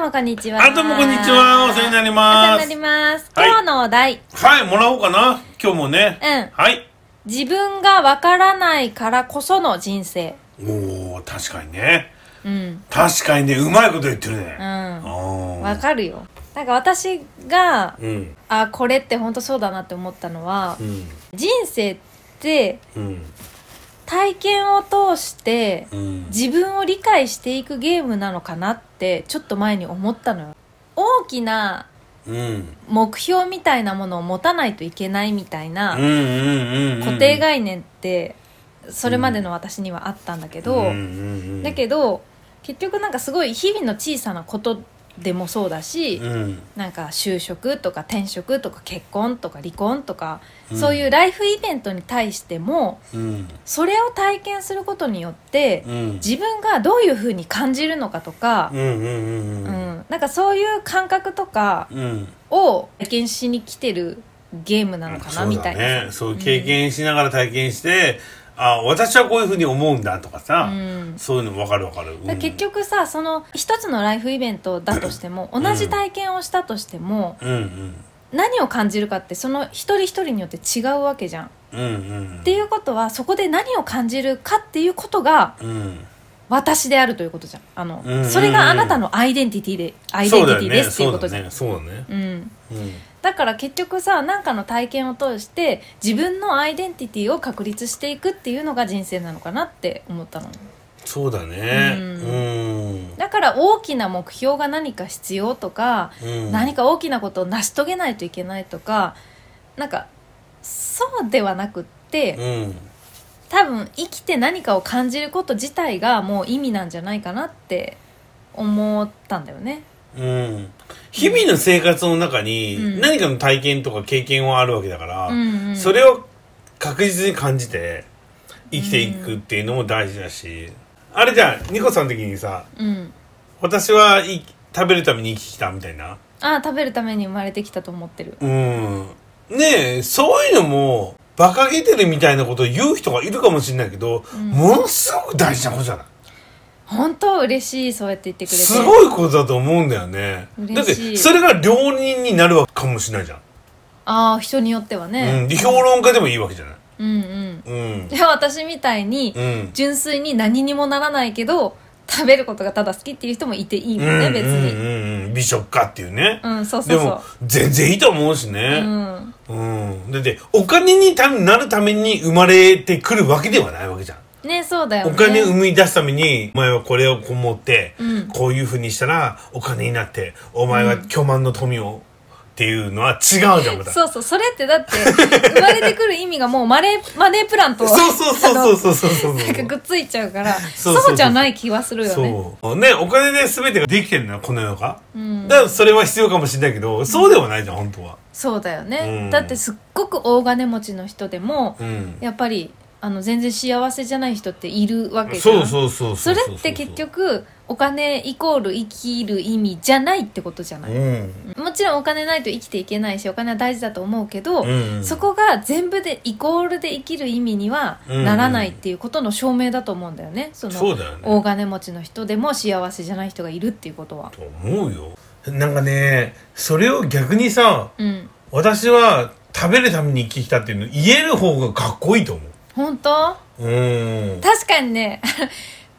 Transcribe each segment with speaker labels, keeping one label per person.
Speaker 1: もこんにちは。
Speaker 2: あ、どうもこんにちは。お世話になり
Speaker 1: お世話
Speaker 2: ま
Speaker 1: になり
Speaker 2: す。
Speaker 1: ます。
Speaker 2: はい
Speaker 1: 今日のお題。
Speaker 2: はい、もらおうかな。今日もね。
Speaker 1: うん
Speaker 2: はい。
Speaker 1: 自分がわからないからこその人生。
Speaker 2: おー、確かにね。
Speaker 1: うん。
Speaker 2: 確かにね、うまいこと言ってる
Speaker 1: う
Speaker 2: ね。
Speaker 1: ん。
Speaker 2: お
Speaker 1: わ
Speaker 2: ー。
Speaker 1: かるよ。なんか私が、
Speaker 2: うん。
Speaker 1: あ、これってほんとそうだなって思ったのは
Speaker 2: う、ん。
Speaker 1: 人生って
Speaker 2: うん。
Speaker 1: 体験を通して
Speaker 2: うん。
Speaker 1: 自分を理解していくゲームなのかなってちょっと前に思ったのよ。大きな
Speaker 2: うん。
Speaker 1: 目標みたいなものを持たないといけないみたいな、
Speaker 2: うん。うん。うん。
Speaker 1: 固定概念ってそれまでの私にはあったんだけど、
Speaker 2: うんうん。
Speaker 1: だけど結局なんかすごい日々の小さなことでもそうだし、
Speaker 2: ど、うん。
Speaker 1: なんか就職とか転職とか結婚とか離婚とか、
Speaker 2: うん
Speaker 1: そういうライフイベントに対しても
Speaker 2: うん。
Speaker 1: それを体験することによって、
Speaker 2: うん。
Speaker 1: 自分がどういうふうに感じるのかとか
Speaker 2: う、ん。うん。
Speaker 1: う
Speaker 2: うんん。
Speaker 1: なんかそういう感覚とか
Speaker 2: うん。
Speaker 1: を体験しに来てるゲームなのかな、
Speaker 2: そう
Speaker 1: み
Speaker 2: だ
Speaker 1: たいな。
Speaker 2: ね。そう、経験しながら体験して、あ、私はこういうふうに思うんだとかさ
Speaker 1: う。ん
Speaker 2: そういうのわかるわかる。うん
Speaker 1: 結、局さその一つのライフイベントだとしても
Speaker 2: ん
Speaker 1: 同じ体験をしたとしても、
Speaker 2: うん。うん。
Speaker 1: 何を感じるかってその一人一人によって違うわけじゃん。っ
Speaker 2: うん。うん。って
Speaker 1: いうことはそこで何を感じるかっていうことが
Speaker 2: うん。
Speaker 1: 私であるということじゃん。あの、
Speaker 2: うんうんうん
Speaker 1: それがあなたのアイデンティティでアイデンティティですっていうことじゃん。
Speaker 2: そうだね。
Speaker 1: うん、
Speaker 2: そうだね
Speaker 1: だから結局さ何かの体験を通して自分のアイデンティティを確立していくっていうのが人生なのかなって思ったの。
Speaker 2: そうだね。
Speaker 1: う
Speaker 2: うんん。
Speaker 1: だから大きな目標が何か必要とか、
Speaker 2: うん
Speaker 1: 何か大きなことを成し遂げないといけないとかなんかそうではなくって、
Speaker 2: うん。
Speaker 1: 多分生きて何かを感じること自体がもう意味なんじゃないかなって思ったんだよね。
Speaker 2: うん。日々の生活の中
Speaker 1: うん
Speaker 2: に何かの体験とか経験はあるわけだから、
Speaker 1: うんうん
Speaker 2: それを確実に感じて生きていくっていうのも大事だし、あれじゃあニコさん的にさ
Speaker 1: うん、
Speaker 2: 私はい食べるために生きてきたみたいな
Speaker 1: ああ食べるために生まれてきたと思ってる。
Speaker 2: うんねえそういうのも馬鹿げてるみたいなことを言う人がいるかもしれないけど、ものすごく大事なことじゃない
Speaker 1: 本当嬉しいそうやって言ってくれて。
Speaker 2: すごいことだと思うんだよね。
Speaker 1: 嬉しい
Speaker 2: だって、それが両人になるわけかもしれないじゃん。
Speaker 1: ああ人によっては
Speaker 2: う
Speaker 1: ね。
Speaker 2: ん。で評論家でもいいわけじゃない。
Speaker 1: うん、うん、
Speaker 2: うん
Speaker 1: い。や私みたいに、
Speaker 2: うん。
Speaker 1: 純粋に何にもならないけど食べることがただ好きっていう人もいていいもんね、別
Speaker 2: うん
Speaker 1: に
Speaker 2: うんうん。美食家っていうね。
Speaker 1: うんそうそ
Speaker 2: で
Speaker 1: うそ
Speaker 2: も
Speaker 1: う、
Speaker 2: 全然いいと思うし
Speaker 1: う
Speaker 2: ね。
Speaker 1: ん
Speaker 2: うん。だって、お金になるために生まれてくるわけではないわけじゃん。
Speaker 1: ねそうだよね
Speaker 2: お金生み出すために、お前はこれをこう持って、
Speaker 1: うん
Speaker 2: こういうふうにしたらお金になって、お前は巨万の富を、っていうのは違うじゃん、また。
Speaker 1: そうそうそれってだって生まれてくる意味がもうマネーマネープランと
Speaker 2: そうそうそうそうそうそうそう。
Speaker 1: なんかくっついちゃうから
Speaker 2: そうそうそう
Speaker 1: そうじゃない気はするよね
Speaker 2: そう。ね、お金で全てができてるのはこの世が。
Speaker 1: うん
Speaker 2: だからそれは必要かもしれないけど、そうではないじゃん、本当は。
Speaker 1: そうだよね、
Speaker 2: うん
Speaker 1: だってすっごく大金持ちの人でも、
Speaker 2: うん。
Speaker 1: やっぱりあの全然幸せじゃない人っているわけじゃん
Speaker 2: そうそうそうう
Speaker 1: それって結。局お金イコール生きる意味じゃないってことじゃな
Speaker 2: う
Speaker 1: い、
Speaker 2: ん。
Speaker 1: もちろんお金ないと生きていけないしお金は大事だと思うけど、
Speaker 2: うん
Speaker 1: そこが全部でイコールで生きる意味にはならないっていうことの証明だと思うんだよねその
Speaker 2: そうだよね
Speaker 1: 大金持ちの人でも幸せじゃない人がいるっていうことは。
Speaker 2: と思うよ。なんかね、それを逆にさ、
Speaker 1: うん
Speaker 2: 私は食べるために生きてきたっていうの言える方がかっこいいと思
Speaker 1: 本当
Speaker 2: う。うん。
Speaker 1: 確かにね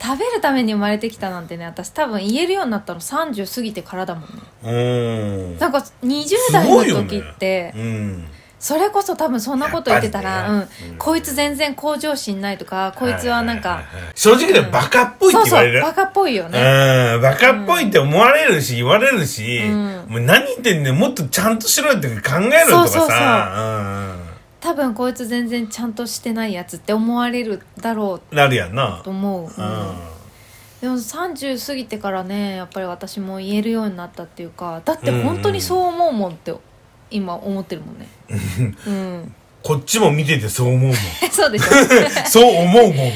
Speaker 1: 食べるために生まれてきたなんてね私多分言えるようになったの30過ぎてからだもんね
Speaker 2: うん。
Speaker 1: なんか20
Speaker 2: す
Speaker 1: 代の
Speaker 2: ごいよね
Speaker 1: 時って、
Speaker 2: うん。
Speaker 1: それこそ多分そんなこと言ってたら、
Speaker 2: やっぱりね
Speaker 1: うん
Speaker 2: うん
Speaker 1: こいつ全然向上心ないとかこいつはなんか、
Speaker 2: いいはい正直でバカっぽいって
Speaker 1: そうそ
Speaker 2: 言われ
Speaker 1: う
Speaker 2: る。
Speaker 1: バカっぽいよね、
Speaker 2: うん、バカっぽいって思われるし、言われるし、
Speaker 1: うん
Speaker 2: もう何言ってんねんもっとちゃんとしろよって考えろよとか
Speaker 1: そうそうそう
Speaker 2: さ、うん
Speaker 1: 多分こいつ全然ちゃんとしてないやつって思われるだろ
Speaker 2: うんなるやんな
Speaker 1: うと。思う、
Speaker 2: う
Speaker 1: うんでも30過ぎてからねやっぱり私も言えるようになったっていうかだって本当にそう思うもんって今思ってるもんねうん
Speaker 2: こっちも見ててそう思うもん。
Speaker 1: そう でしょ
Speaker 2: そう思うもん。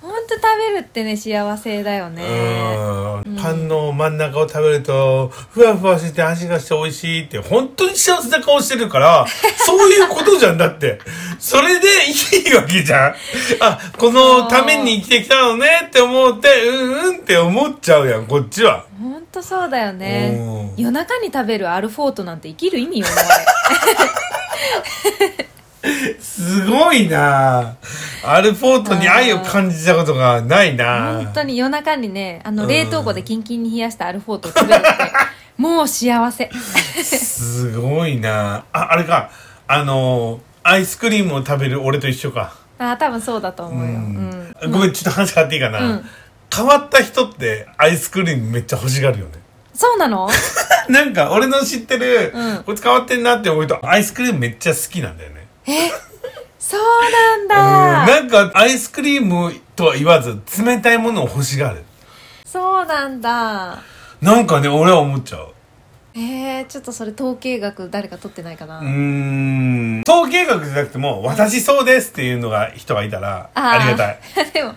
Speaker 1: 本当食べるってね幸せだよね
Speaker 2: うんパンの真ん中を食べると、ふわふわして味がして美味しいって、本当に幸せな顔してるから、そういうことじゃんだって。それでいいわけじゃん。あ、このために生きてきたのねって思って、うんうんって思っちゃうやん、こっちは。
Speaker 1: ほんとそうだよね
Speaker 2: うん
Speaker 1: 夜中に食べるアルフォートなんて生きる意味よもう
Speaker 2: すごいなアルフォートに愛を感じたことがない
Speaker 1: あ
Speaker 2: な
Speaker 1: れ本当に夜中にねあ
Speaker 2: う
Speaker 1: の
Speaker 2: ん
Speaker 1: 冷凍庫でキンキンに冷やしたアルフォートを食 べるってもう幸せ
Speaker 2: すごいなあ、あれか。あの、アイスクリームを食べる俺と一緒か。
Speaker 1: あ多分そうだと思うよ、うん
Speaker 2: ごめん、ちょっと話変わっていいかな、
Speaker 1: うん
Speaker 2: 変わった人ってアイスクリームめっちゃ欲しがるよね。
Speaker 1: そうな の
Speaker 2: なんか俺の知ってる、
Speaker 1: うん
Speaker 2: こいつ変わってんなって思うとアイスクリームめっちゃ好きなんだよね。
Speaker 1: そうなん
Speaker 2: うん
Speaker 1: だ、
Speaker 2: なんかアイスクリームとは言わず冷たいものを欲しがる。
Speaker 1: そうなんだ
Speaker 2: なんかね、俺は思っちゃう。
Speaker 1: えー、ちょっとそれ統計学誰か取ってないかな、
Speaker 2: うーん。統計学じゃなくても、私そうですっていうのが人がいたら、
Speaker 1: あ
Speaker 2: あ
Speaker 1: ー
Speaker 2: りがたい。
Speaker 1: でも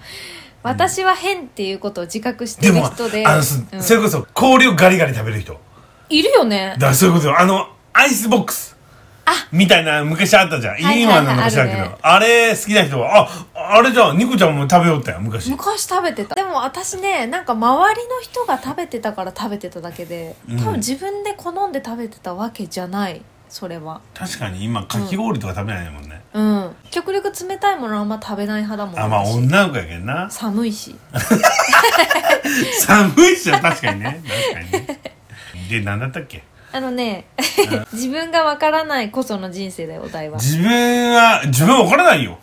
Speaker 1: 私は変っていうことを自覚して
Speaker 2: で
Speaker 1: る
Speaker 2: も、
Speaker 1: 人で
Speaker 2: あの、そ
Speaker 1: うん
Speaker 2: それこそ氷をガリガリ食べる人。
Speaker 1: いるよね
Speaker 2: だからそういうことよあのアイスボックスみたいな昔あったじゃん、
Speaker 1: いはい
Speaker 2: 今なのか知らんけど、
Speaker 1: あるね
Speaker 2: あれ好きな人はああれじゃんニコちゃんも食べよったよ昔
Speaker 1: 昔食べてたでも私ねなんか周りの人が食べてたから食べてただけで多分自分で好んで食べてたわけじゃないそれは
Speaker 2: 確かに今かき氷とか食べないもんね、
Speaker 1: うん極力冷たいものあんま食べない派だもん
Speaker 2: あまあ
Speaker 1: 私
Speaker 2: 女の子やけんな
Speaker 1: 寒いし
Speaker 2: 寒いしは確かにね確かにねで何だったっけ
Speaker 1: あのね 自分がわからないこその人生だよお題は
Speaker 2: 自分は自分わからないよ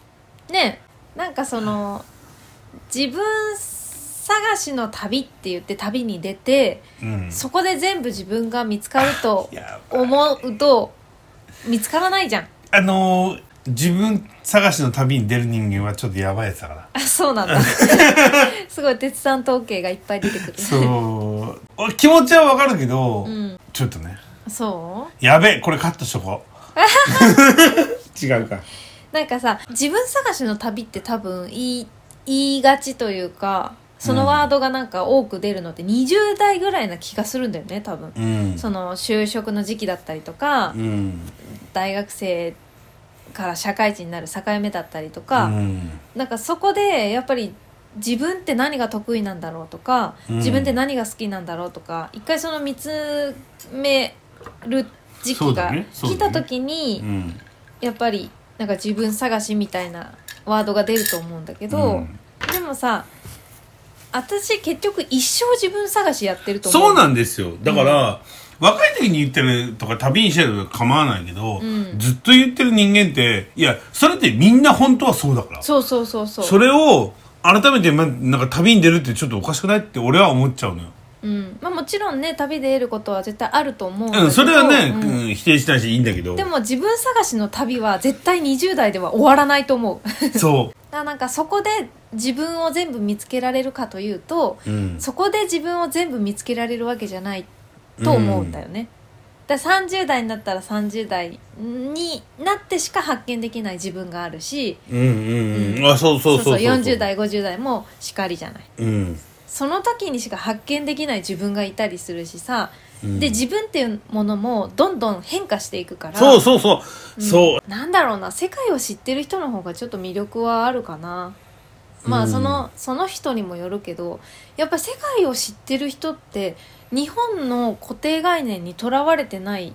Speaker 1: ねなんかその自分探しの旅って言って旅に出て
Speaker 2: うん
Speaker 1: そこで全部自分が見つかると
Speaker 2: や
Speaker 1: 思うと見つからないじゃん
Speaker 2: あのー自分探しの旅に出る人間はちょっとやばいやつだから
Speaker 1: あそうなん だすごい鉄さん統計がいっぱい出てくる
Speaker 2: そう俺気持ちはわかるけど、
Speaker 1: ん
Speaker 2: ちょっとね
Speaker 1: そ
Speaker 2: やべえこれカットしとこう 違うか
Speaker 1: うなんかさ自分探しの旅って多分言い言いがちというかそのワードがなんか多く出るのって20代ぐらいな気がするんだよね多分、
Speaker 2: うん
Speaker 1: その就職の時期だったりとか、
Speaker 2: うん
Speaker 1: 大学生から社会人になる境目だったりとか、
Speaker 2: うん
Speaker 1: なんかそこでやっぱり自分って何が得意なんだろうとか、
Speaker 2: うん
Speaker 1: 自分って何が好きなんだろうとか一回その見つめる時
Speaker 2: そ
Speaker 1: 期
Speaker 2: うだ
Speaker 1: が
Speaker 2: ねそう
Speaker 1: 来
Speaker 2: だ
Speaker 1: た
Speaker 2: ね
Speaker 1: 時に、
Speaker 2: うん
Speaker 1: やっぱりなんか自分探しみたいなワードが出ると思うんだけど、
Speaker 2: うん
Speaker 1: でもさ私結局一生自分探しやってると思う
Speaker 2: そうなんですよだから、若い時に言ってるとか旅にしてるとか構わないけど、
Speaker 1: うん
Speaker 2: ずっと言ってる人間っていやそれってみんな本当はそうだから
Speaker 1: そうそうそうそう
Speaker 2: それを改めてまなんか旅に出るってちょっとおかしくないって俺は思っちゃうのよ
Speaker 1: うんまあ、もちろんね旅で得ることは絶対あると思うんだけ
Speaker 2: う
Speaker 1: ど、
Speaker 2: ん、それはね、
Speaker 1: うん
Speaker 2: うん否定しないしいいんだけど
Speaker 1: でも自分探しの旅は絶対20代では終わらないと思うだか
Speaker 2: そ
Speaker 1: らなんかそこで自分を全部見つけられるかというと
Speaker 2: う、うん、
Speaker 1: そこで自分を全部見つけられるわけじゃないと思うんだよね、だから30代になったら30代になってしか発見できない自分があるし
Speaker 2: うんうんうんあそうそうそう
Speaker 1: 40代50代もしかりじゃない
Speaker 2: うん
Speaker 1: その時にしか発見できない自分がいたりするしさ、
Speaker 2: うん
Speaker 1: で自分っていうものもどんどん変化していくから
Speaker 2: そうそうそう、そう
Speaker 1: なんだろうな世界を知ってる人の方がちょっと魅力はあるかなま
Speaker 2: う
Speaker 1: あ
Speaker 2: ん
Speaker 1: その,、その人にもよるけどやっぱ世界を知ってる人って日本の固定概念にとらわれてない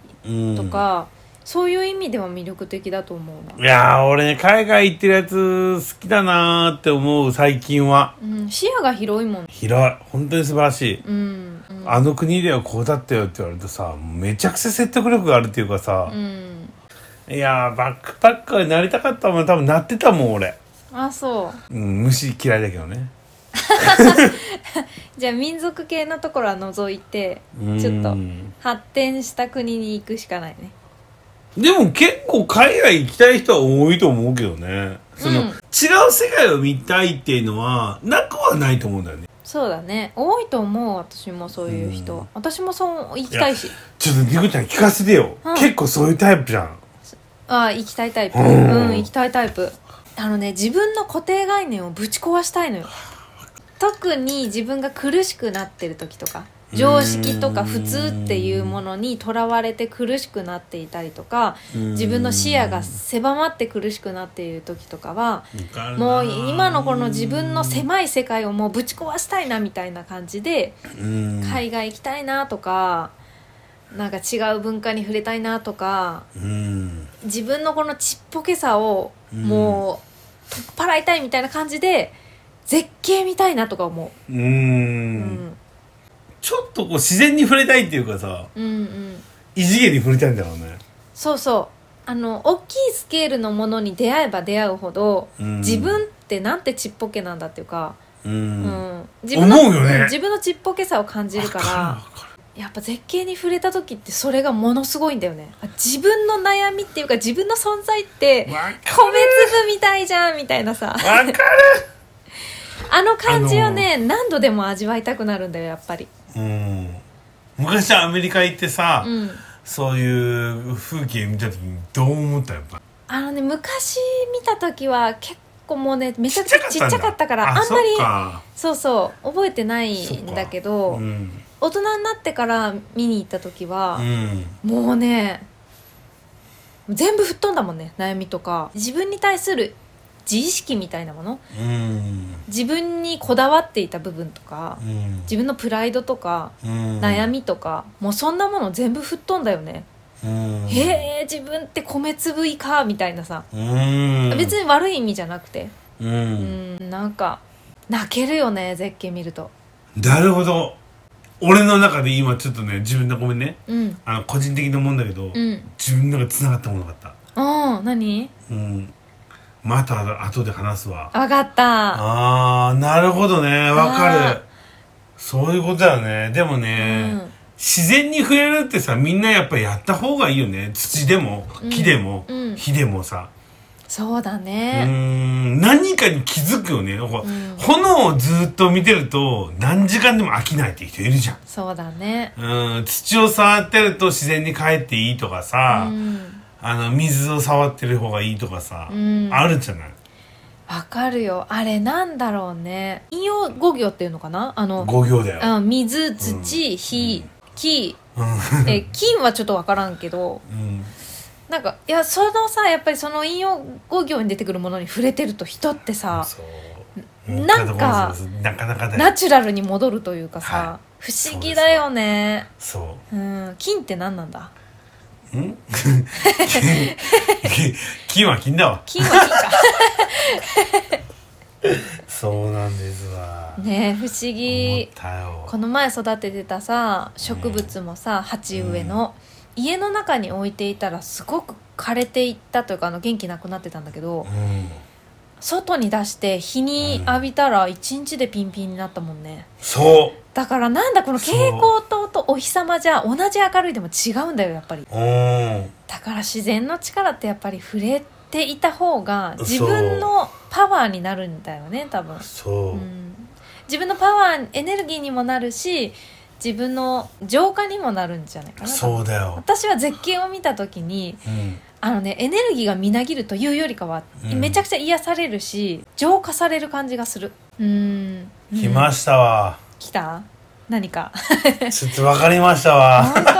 Speaker 1: とか、そういう意味では魅力的だと思うな、
Speaker 2: いやー俺ね海外行ってるやつ好きだなーって思う最近は
Speaker 1: うん、視野が広いもん
Speaker 2: 広い本当に素晴らしい、
Speaker 1: うんうん
Speaker 2: あの国ではこうだったよって言われるとさめちゃくちゃ説得力があるっていうかさ
Speaker 1: う、ん
Speaker 2: いやーバックパッカーになりたかったもん多分なってたもん俺、
Speaker 1: あそう
Speaker 2: うん、虫嫌いだけどね
Speaker 1: じゃあ民族系のところは除いて
Speaker 2: うん
Speaker 1: ちょっと発展した国に行くしかないね
Speaker 2: でも結構海外行きたい人は多いと思うけどねその、
Speaker 1: うん
Speaker 2: 違う世界を見たいっていうのはなくはないと思うんだよね
Speaker 1: そうだね多いと思う私もそういう人、
Speaker 2: うん
Speaker 1: 私もそう行きたいし
Speaker 2: ちょっとニコちゃん聞かせてよ、
Speaker 1: うん
Speaker 2: 結構そういうタイプじゃん
Speaker 1: ああ行きたいタイプ
Speaker 2: う
Speaker 1: うんん行きたいタイプあのね自分の固定概念をぶち壊したいのよ特に自分が苦しくなってる時とか常識とか普通っていうものにとらわれて苦しくなっていたりとか自分の視野が狭まって苦しくなっている時とかはもう今のこの自分の狭い世界をもうぶち壊したいなみたいな感じで海外行きたいなとかなんか違う文化に触れたいなとか自分のこのちっぽけさをもう取っ払いたいみたいな感じで絶景見たいなとか思
Speaker 2: う
Speaker 1: う。うんん
Speaker 2: ちょっとこう自然に触れたいっていうかさ
Speaker 1: うんうん
Speaker 2: 異次元に触れたいんだろうね
Speaker 1: そうそうあの大きいスケールのものに出会えば出会うほど、
Speaker 2: うん
Speaker 1: 自分ってなんてちっぽけなんだっていうか、
Speaker 2: う
Speaker 1: うん
Speaker 2: ん
Speaker 1: 自分の
Speaker 2: 思うよね
Speaker 1: ん自分のちっぽけさを感じるからやっぱ絶景に触れた時ってそれがものすごいんだよねあ自分の悩みっていうか自分の存在って
Speaker 2: わかる
Speaker 1: 米粒みたいじゃんみたいなさ
Speaker 2: わかる
Speaker 1: あの感じをね、何度でも味わいたくなるんだよやっぱり。
Speaker 2: うん昔アメリカ行ってさ、
Speaker 1: うん
Speaker 2: そういう風景見た時にどう思ったやっぱ
Speaker 1: あのね昔見た時は結構もうねめちゃくちゃちっちゃかったからあ
Speaker 2: あ
Speaker 1: んまり
Speaker 2: そっか
Speaker 1: そうそう覚えてないんだけど、
Speaker 2: うん、
Speaker 1: 大人になってから見に行った時は
Speaker 2: う、ん、
Speaker 1: もうね全部吹っ飛んだもんね悩みとか自分に対する自意識みたいなもの
Speaker 2: うん
Speaker 1: 自分にこだわっていた部分とか
Speaker 2: うん
Speaker 1: 自分のプライドとか
Speaker 2: うん
Speaker 1: 悩みとか、もうそんなもの全部吹っ飛んだよね、
Speaker 2: うん
Speaker 1: へえ自分って米粒以下みたいなさ、
Speaker 2: うん
Speaker 1: 別に悪い意味じゃなくて
Speaker 2: う
Speaker 1: うんんなんか泣けるよね絶景見ると
Speaker 2: なるほど俺の中で今ちょっとね自分のごめんね
Speaker 1: うん
Speaker 2: あの個人的なもんだけど、
Speaker 1: うん
Speaker 2: 自分の中で繋がったものがあった
Speaker 1: うん何
Speaker 2: うんまた後で話すわ
Speaker 1: わかった
Speaker 2: あーなるほどねわかるそういうことだよねでもね、
Speaker 1: うん
Speaker 2: 自然に触れるってさみんなやっぱやった方がいいよね土でも
Speaker 1: うん
Speaker 2: 木でも、
Speaker 1: うん
Speaker 2: 火でもさ
Speaker 1: そうだ
Speaker 2: う
Speaker 1: ね、
Speaker 2: ーん何かに気づくよねなんか
Speaker 1: うん
Speaker 2: 炎をずっと見てると何時間でも飽きないっていう人いるじゃん
Speaker 1: そうだね
Speaker 2: うん土を触ってると自然に帰っていいとかさ、
Speaker 1: うん
Speaker 2: あの水を触ってる方がいいとかさ、
Speaker 1: うん
Speaker 2: あるじゃない
Speaker 1: わかるよあれなんだろうね引用語行っていうのかなあの
Speaker 2: 5行だよ、
Speaker 1: あ水土火、木
Speaker 2: う
Speaker 1: え 金はちょっとわからんけど
Speaker 2: んうん
Speaker 1: なんかいやそのさやっぱりその引用語行に出てくるものに触れてると人ってさ
Speaker 2: そう
Speaker 1: ななんか
Speaker 2: なかなかだ
Speaker 1: ナ
Speaker 2: よ
Speaker 1: チュラルに戻るというかさ、
Speaker 2: は
Speaker 1: 不思議だよね
Speaker 2: そう
Speaker 1: うん金って何なんだ
Speaker 2: ん 金金は金だわ
Speaker 1: 金は金 か
Speaker 2: そうなんですわ
Speaker 1: ねえ不思
Speaker 2: 思っ
Speaker 1: 議
Speaker 2: たよ
Speaker 1: この前育ててたさ植物もさ鉢植えの、家の中に置いていたらすごく枯れていったというかあの元気なくなってたんだけど、
Speaker 2: うん
Speaker 1: 外に出して日に浴びたら一日でピンピンになったもんね
Speaker 2: そ
Speaker 1: だからなんだこの蛍光灯とお日様じゃ同じ明るいでも違うんだよやっぱり
Speaker 2: ううん
Speaker 1: だから自然の力ってやっぱり触れていた方が
Speaker 2: そう
Speaker 1: 自分のパワーになるんだよね多分
Speaker 2: そう、
Speaker 1: うん自分のパワーエネルギーにもなるし自分の浄化にもなるんじゃないかな
Speaker 2: そうだよ、
Speaker 1: 私は絶景を見た時に
Speaker 2: うん、
Speaker 1: あのねエネルギーがみなぎるというよりかは、
Speaker 2: うん
Speaker 1: めちゃくちゃ癒されるし浄化される感じがするうーん
Speaker 2: 来ま
Speaker 1: し
Speaker 2: したわ
Speaker 1: 来た何か
Speaker 2: ちょっとわかりました わ
Speaker 1: 本当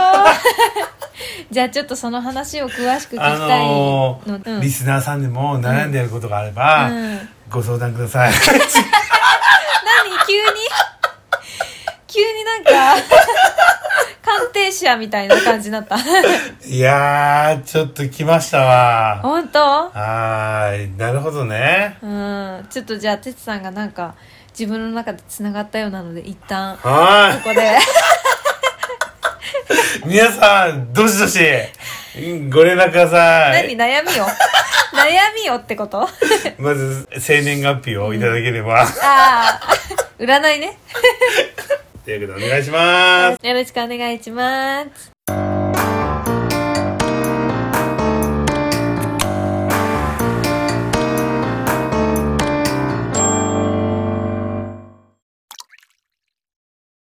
Speaker 1: じゃあちょっとその話を詳しく聞きた
Speaker 2: あ
Speaker 1: いの
Speaker 2: の、ーリスナーさんでも悩んでいることがあれば、
Speaker 1: うん、うん
Speaker 2: ご相談ください
Speaker 1: 何 急に急になん か鑑定士やみたいな感じになった
Speaker 2: いやーちょっと来ましたわ
Speaker 1: 本当
Speaker 2: はーいなるほどね
Speaker 1: うんちょっとじゃあ哲さんがなんか自分の中でつながったようなので一旦こ
Speaker 2: はーい
Speaker 1: こで
Speaker 2: 皆さん、どしどし、うんご連絡くださ
Speaker 1: 何
Speaker 2: い。
Speaker 1: 悩みを悩みをってことあ
Speaker 2: まず、生年月日をいただければ、
Speaker 1: あー 占いね
Speaker 2: ということでお願いします。
Speaker 1: よろしくお願いします